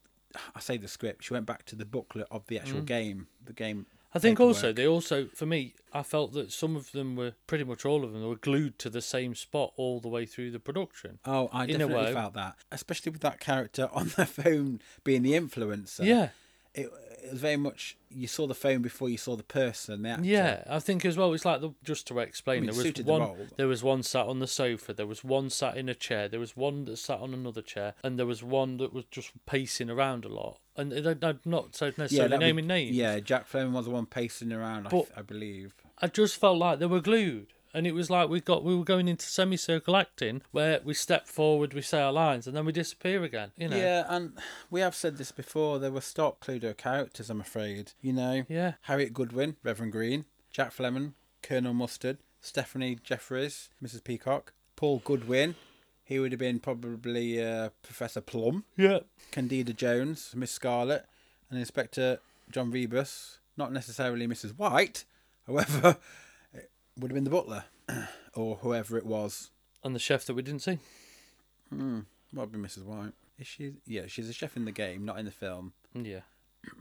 I say the script. She went back to the booklet of the actual game. The game.
Mm. I think also
paperwork.
they also for me I felt that some of them were pretty much all of them were glued to the same spot all the way through the production.
Oh, I
in a
definitely
way-
felt that, especially with that character <laughs> on the phone being the influencer.
yeah,
it, it was very much you saw the phone before you saw the person. The actor.
yeah. I think as well it's like the, just to explain
mean, it
there was
suited the
one
role.
there was one sat on the sofa, there was one sat in a chair, there was one that sat on another chair, and there was one that was just pacing around a lot. And they- they're not so necessarily
that would-
naming names.
Yeah, Jack Fleming was the one pacing around, I
But-
I, believe.
I just felt like they were glued. And it was like we got we were going into semicircle acting where we step forward, we say our lines, and then we disappear again. You know.
Yeah, and we have said this before. There were stock Cluedo characters, I'm afraid. You know,
Yeah.
Harriet Goodwin, Reverend Green, Jack Fleming, Colonel Mustard, Stephanie Jeffries, Mrs. Peacock, Paul Goodwin. He would have been probably uh, Professor Plum,
Yeah.
Candida Jones, Miss Scarlet, and Inspector John Rebus. Not necessarily Mrs. White, however, <laughs> it would have been the butler <clears throat> or whoever it was.
and the chef that we didn't see.
Might be Mrs. White. Is she? Yeah, she's a chef in the game, not in the film,
Yeah.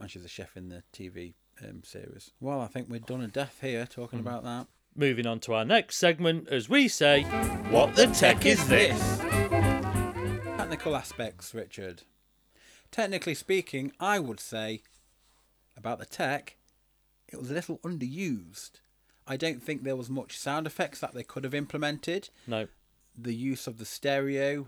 and she's a chef in the TV um, series. Well, I think we're done a death here talking about that.
Moving on to our next segment, as we say,
What the tech is this?
Technical aspects, Richard. Technically speaking, I would say about the tech, it was a little underused. I don't think there was much sound effects that they could have implemented.
no.
the use of the stereo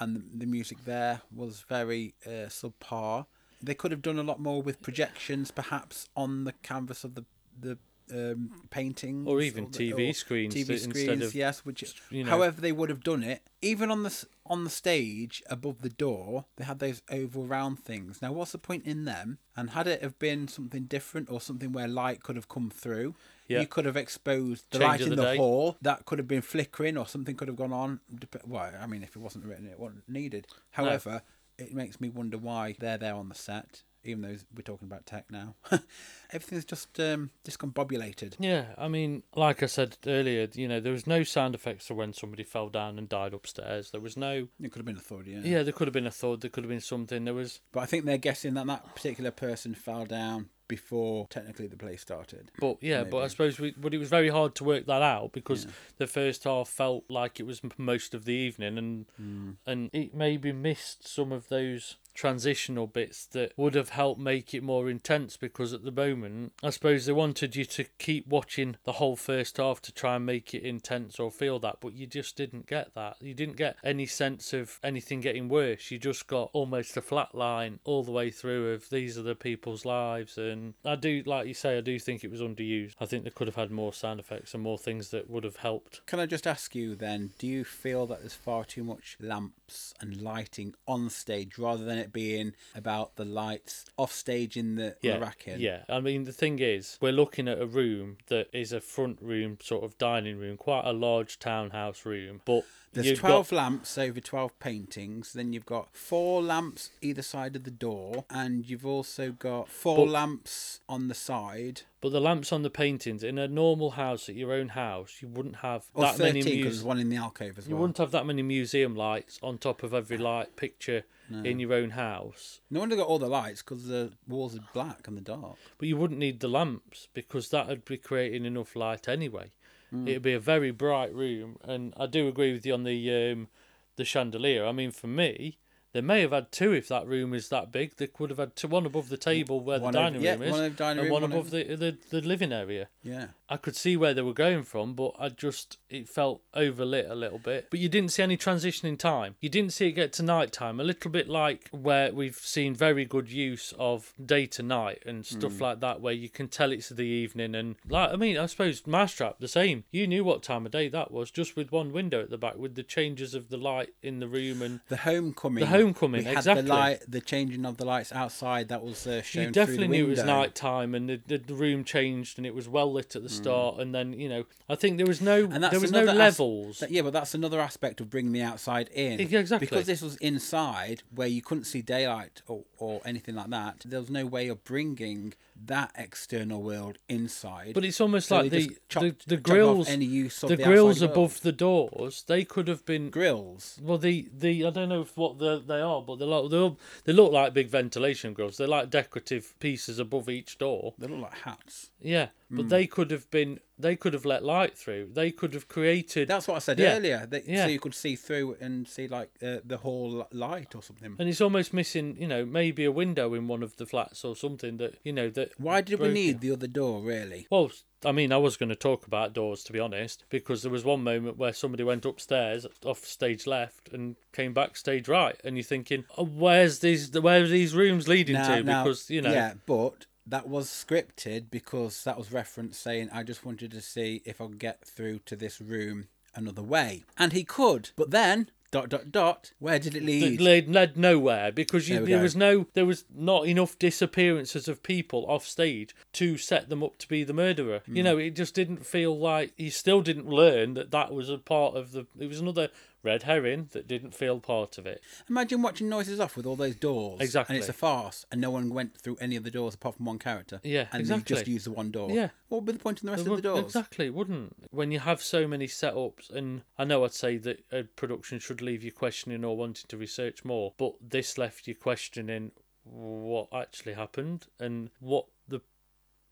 and the- the music there was very uh, subpar. They could have done a lot more with projections, perhaps on the canvas of the the um, painting,
Or even TV screens that instead of,
yes. Which,
you know-
however, they would have done it. Even on the s- on the stage above the door, they had those oval round things. Now, what's the point in them? And had it have been something different or something where light could have come through,
Yeah.
you could have exposed the
Change
light
of
in
the
the,
day.
hall that could have been flickering or something could have gone on. Dep- Well, I mean, if it wasn't written, it wasn't needed. However, it makes me wonder why they're there on the set, even though we're talking about tech now. <laughs> Everything's just um, discombobulated.
Yeah, I mean, like I said earlier, you know, there was no sound effects for when somebody fell down and died upstairs. There was no.
It could have been a thought, yeah.
Yeah, there could have been a thud. There could have been something. There was,
But I think they're guessing that that particular person fell down before technically the play started.
but yeah, but I
Maybe.
suppose we, but it was very hard to work that out because the first half felt like it was m- most of the evening, and and it maybe missed some of those transitional bits that would have helped make it more intense because at the moment I suppose they wanted you to keep watching the whole first half to try and make it intense or feel that but you just didn't get that you didn't get any sense of anything getting worse you just got almost a flat line all the way through of these are the people's lives and I do like you say I do think it was underused I think they could have had more sound effects and more things that would have helped
Can I just ask you then, do you feel that there's far too much lamps and lighting on stage rather than it it being about the lights off stage in the
Yeah,
Racking.
yeah. I mean, the thing is, we're looking at a room that is a front room, sort of dining room, quite a large townhouse room. But
There's
you've
12
got,
lamps over 12 paintings. Then you've got four lamps either side of the door. And you've also got four
But-
lamps on the side.
but the lamps on the paintings in a normal house at your own house, you wouldn't have
Or
that
13
many.
'cause
Muse-
there's one in the alcove as
you
well.
wouldn't have that many museum lights on top of every light picture in your own house.
No wonder they got all the lights because the walls are black and the dark.
But you wouldn't need the lamps because that would be creating enough light anyway.
Mm.
It'd be a very bright room, and I do agree with you on the um, the chandelier. I mean, for me, they may have had two if that room is that big. They could have had two, one above the table where
One
the
over-
dining
yeah,
room is,
one over dining
and
room,
one,
one
above the, the the living area.
Yeah.
I could see where they were going from, but I just it felt overlit a little bit. But you didn't see any transition in time. You didn't see it get to night time, a little bit like where we've seen very good use of day to night and
Mm.
stuff like that, where you can tell it's the evening and like I mean, I suppose Mousetrap the same. You knew what time of day that was, just with one window at the back with the changes of the light in the room and
The homecoming.
The homecoming,
We had
exactly.
The, light, the changing of the lights outside that was uh, shown
you definitely
through the
knew it was
window. Mm.
night time and the, the, the room changed and it was well lit at the start and then you know i think there was no
And that's
there was no
another as-
levels
that- yeah, but that's another aspect of bringing the outside in.
Yeah, exactly.
Because this was inside, where you couldn't see daylight or, or anything like that. There was no way of bringing that external world inside.
But it's almost
So
like
they
the,
just chopped-
the the
chopped off
grills,
any use of
the,
the
grills
outside
above
world.
the doors. They could have been
grills.
well. The, the I don't know if what the, they are, but they look they look, they look like big ventilation grills. They're like decorative pieces above each door.
They look like hats.
Yeah,
Hmm.
but they could have been they could have let light through. They could have created.
That's what I said
Yeah.
earlier. That,
Yeah.
So you could see through and see like uh, the hall light or something.
and it's almost missing, you know, maybe a window in one of the flats or something that, you know, that.
Why did we
broke it.
need the other door, really?
Well, I mean, I was going to talk about doors, to be honest, because there was one moment where somebody went upstairs off stage left and came back stage right, and you're thinking, oh, "Where's these? Where are these rooms leading
Now-
to?"
now-
because you know,
Yeah, but that was scripted because that was referenced saying, I just wanted to see if I could get through to this room another way. And he could. But then, dot, dot, dot, where did it
it
lead?
led, led nowhere because you,
There we
there
go.
was no, there was not enough disappearances of people off stage to set them up to be the murderer. You
Mm.
know, it just didn't feel like you still didn't learn that that was a part of the. It was another red herring that didn't feel part of it.
Imagine watching Noises Off with all those doors.
Exactly.
And it's a farce, and no one went through any of the doors apart from one character.
Yeah,
And
exactly.
you just used the one door.
Yeah.
What would be the point in the rest
It
of the
wouldn't-
doors?
Exactly, it wouldn't. When you have so many setups, and I know I'd say that a production should leave you questioning or wanting to research more, but this left you questioning what actually happened and what the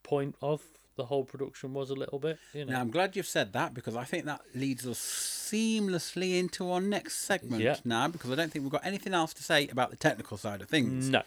point of the whole production was a little bit. You know.
Now, I'm glad you've said that because I think that leads us seamlessly into our next segment
Yeah.
now because I don't think we've got anything else to say about the technical side of things.
no.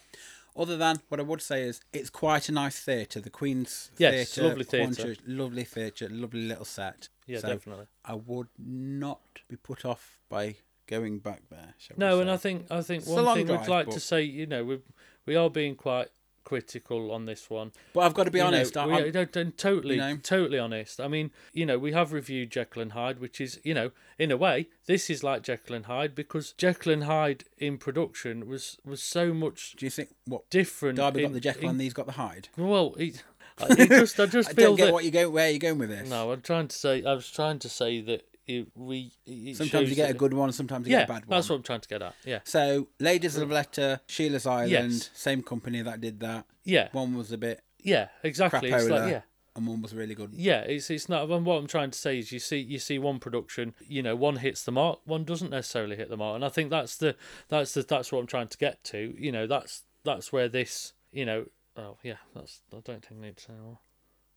Other than what I would say is it's quite a nice theatre. The Queen's
Yes, it's a
Theatre,
lovely theatre.
Hornchurch, lovely theatre, lovely little set.
Yeah,
So
definitely.
I would not be put off by going back there. shall we
No, and
say.
I think I think
It's a
one
long
thing
drive,
we'd like to
but-
say, you know, we we are being quite critical on this one.
but I've got to be
You know,
honest. I,
we-
I'm-
don't- don't- totally,
you know.
totally honest. I mean, you know, we have reviewed Jekyll and Hyde, which is, you know, in a way, this is like Jekyll and Hyde because Jekyll and Hyde in production was was so much
do you think what
different.
Derby
in-
got the Jekyll
in-
and these got the Hyde?
Well,
<laughs>
it, it just, I just
I
feel
don't get
that.
what you go where you're going with this.
No, I'm trying to say. I was trying to say that it, we. It
Sometimes you
shows
get a
that-
good one, sometimes you
Yeah,
get a bad one.
that's what I'm trying to get at. Yeah,
So, Ladies of Letter, Sheila's Island,
Yes.
same company that did that.
yeah,
One was a bit
yeah. Exactly. It's
crapola,
like yeah.
and one was really good.
Yeah, it's it's not. And what I'm trying to say is, you see, you see one production, you know, one hits the mark, one doesn't necessarily hit the mark, and I think that's the that's the that's what I'm trying to get to. You know, that's that's where this, you know, oh yeah, that's I don't think I need to say more.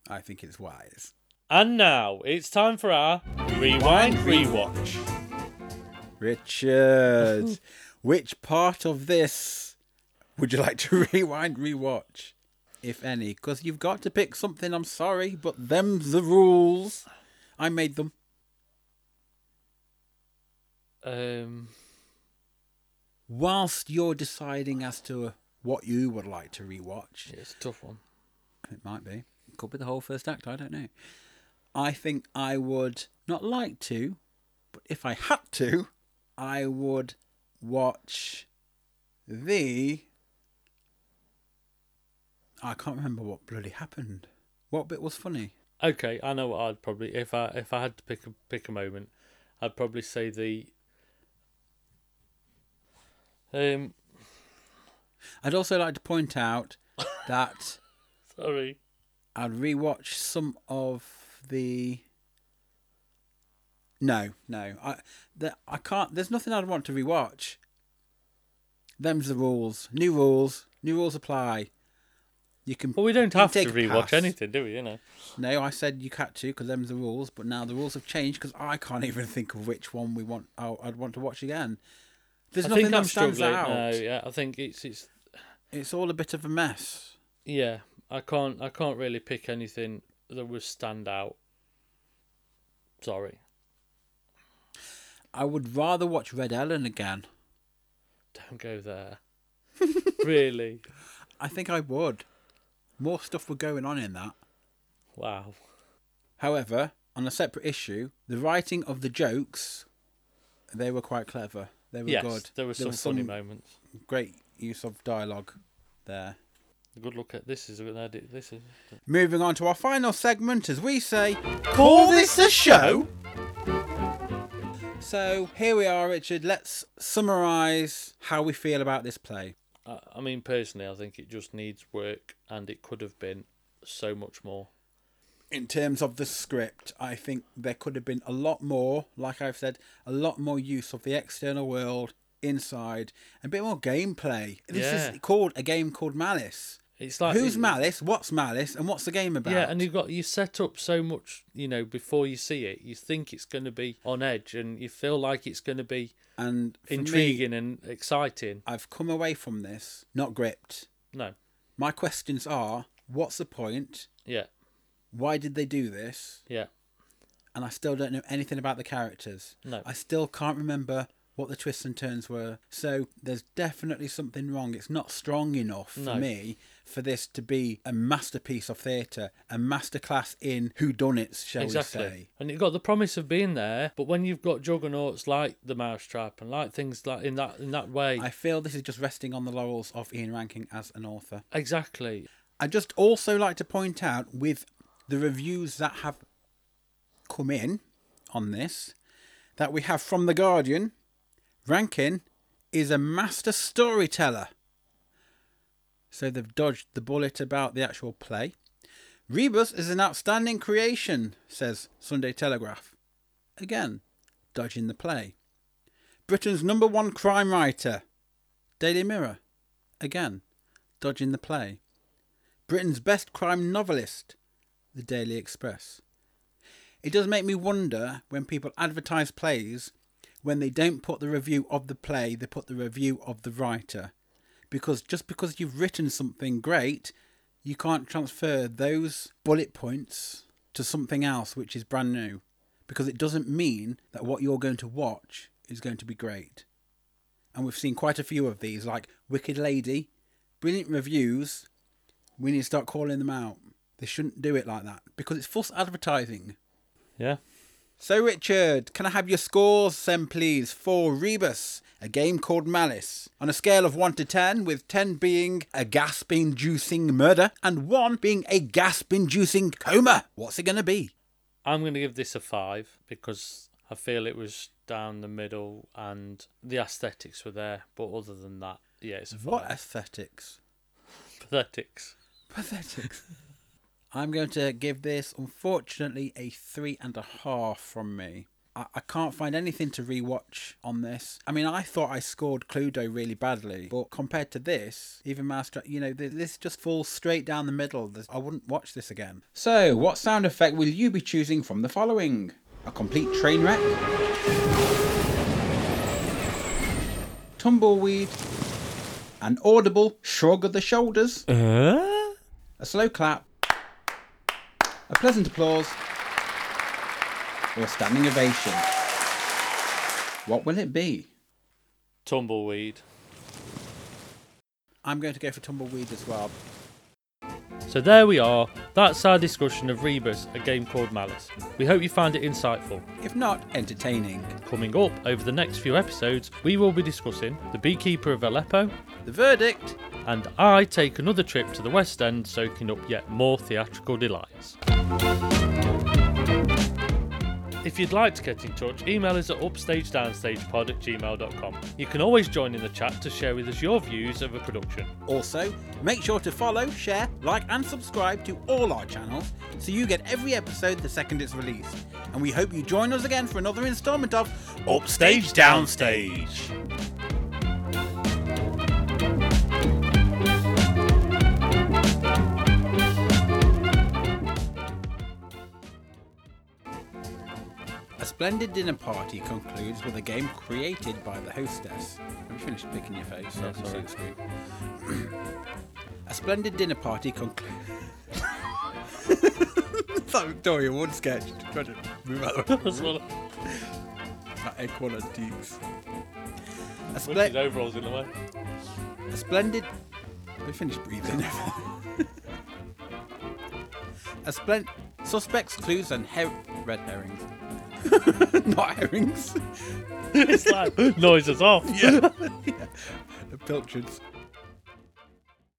I think it's wise.
And now it's time for our rewind rewatch.
Richard, which part of this would you like to <laughs> rewind, rewatch, if any? Because you've got to pick something. I'm sorry, but them's the rules. I made them.
Um,
Whilst you're deciding as to what you would like to rewatch,
it's a tough one.
It might be. It could be the whole first act. I don't know. I think I would not like to, but if I had to, I would watch the. I can't remember what bloody happened. What bit was funny?
Okay, I know what I'd probably if I if I had to pick a pick a moment, I'd probably say the um
I'd also like to point out that
sorry.
I'd rewatch some of the. No, no, I the, I can't. There's nothing I'd want to rewatch. Them's the rules. New rules. New rules apply. You can.
Well we don't
you
have to
take a
rewatch
pass.
anything, do we, you know?
No, I said you had to because them's the rules. But now the rules have changed because I can't even think of which one we want. I I'd want to watch again. There's
I
nothing
think
that
I'm
stands
struggling.
out.
No, yeah, I think it's it's
It's all a bit of a mess.
yeah, I can't I can't really pick anything that would stand out. Sorry.
I would rather watch Red Ellen again.
Don't
<laughs>
go there. really?
I think I would. More stuff were going on in that. Oh,
Wow.
However, on a separate issue, the writing of the jokes, they were quite clever. They were
yes,
good.
there were some funny moments.
great use of dialogue there.
Good look at this is an edit. This is
Moving on to our final segment, as we say, call this a show. So here we are, Richard. Let's summarise how we feel about this play.
I, I mean, personally, I think it just needs work, and it could have been so much more.
in terms of the script, I think there could have been a lot more, like I've said, a lot more use of the external world inside, a bit more gameplay. This
Yeah.
is called a game called Malice.
It's like
Who's
it-
Malice? What's Malice? And what's the game about?
Yeah, and you've got you set up so much, you know, before you see it. You think it's going to be on edge, and you feel like it's going to be
And for me,
intriguing and exciting.
I've come away from this not gripped.
No,
My questions are: What's the point?
yeah,
Why did they do this?
yeah,
and I still don't know anything about the characters.
No.
I still can't remember what the twists and turns were. So there's definitely something wrong. It's not strong enough for
No.
me for this to be a masterpiece of theatre, a masterclass in whodunits, shall we say.
exactly. And you've got the promise of being there, but when you've got juggernauts like the mousetrap and like things like in that in that way,
I feel this is just resting on the laurels of Ian Rankin as an author.
exactly.
I just also like to point out with the reviews that have come in on this that we have from The Guardian, Rankin is a master storyteller. So they've dodged the bullet about the actual play. Rebus is an outstanding creation, says Sunday Telegraph. Again, dodging the play. Britain's number one crime writer, Daily Mirror. Again, dodging the play. Britain's best crime novelist, The Daily Express. It does make me wonder when people advertise plays, when they don't put the review of the play, they put the review of the writer. Because just because you've written something great, you can't transfer those bullet points to something else which is brand new. Because it doesn't mean that what you're going to watch is going to be great. And we've seen quite a few of these, like Wicked Lady, brilliant reviews, we need to start calling them out. They shouldn't do it like that because it's false advertising.
Yeah.
So, Richard, can I have your scores then, please, for Rebus, a game called Malice? On a scale of 1 to 10, with 10 being a gasp inducing murder and 1 being a gasp inducing coma. What's it going to be?
I'm going to give this a five because I feel it was down the middle and the aesthetics were there. But other than that, yeah, it's a five.
What aesthetics?
Pathetics.
Pathetics. <laughs> I'm going to give this, unfortunately, a three and a half from me. I, I can't find anything to rewatch on this. I mean, I thought I scored Cluedo really badly, but compared to this, even Master, you know, th- this just falls straight down the middle. This, I wouldn't watch this again. So, what sound effect will you be choosing from the following? A complete train wreck, tumbleweed, an audible shrug of the shoulders Uh? a slow clap, a pleasant applause, or a standing ovation. What will it be?
Tumbleweed.
I'm going to go for tumbleweed as well.
So there we are. That's our discussion of Rebus, a game called Malice. We hope you found it insightful.
if not entertaining.
Coming up over the next few episodes, we will be discussing The Beekeeper of Aleppo,
The verdict
and I take another trip to the West End, soaking up yet more theatrical delights. If you'd like to get in touch, email us at upstagedownstagepod at gmail.com. You can always join in the chat to share with us your views of a production.
Also, make sure to follow, share, like, and subscribe to all our channels so you get every episode the second it's released. And we hope you join us again for another installment of Upstage Downstage. A splendid dinner party concludes with a game created by the hostess. Have you finished picking your face? so I can see
sorry.
the screen? a splendid dinner party concludes. that <laughs> Victoria Wood sketch. Try to move out of the way.
That's what
That Equal Antiques. A,
I
splen-
overalls in the <laughs> way.
a splendid. We finished breathing. <laughs> a splendid. Suspects, clues, and her- red herrings. <laughs> Not <laughs> herrings. <laughs>
It's like noises off.
Pilchards.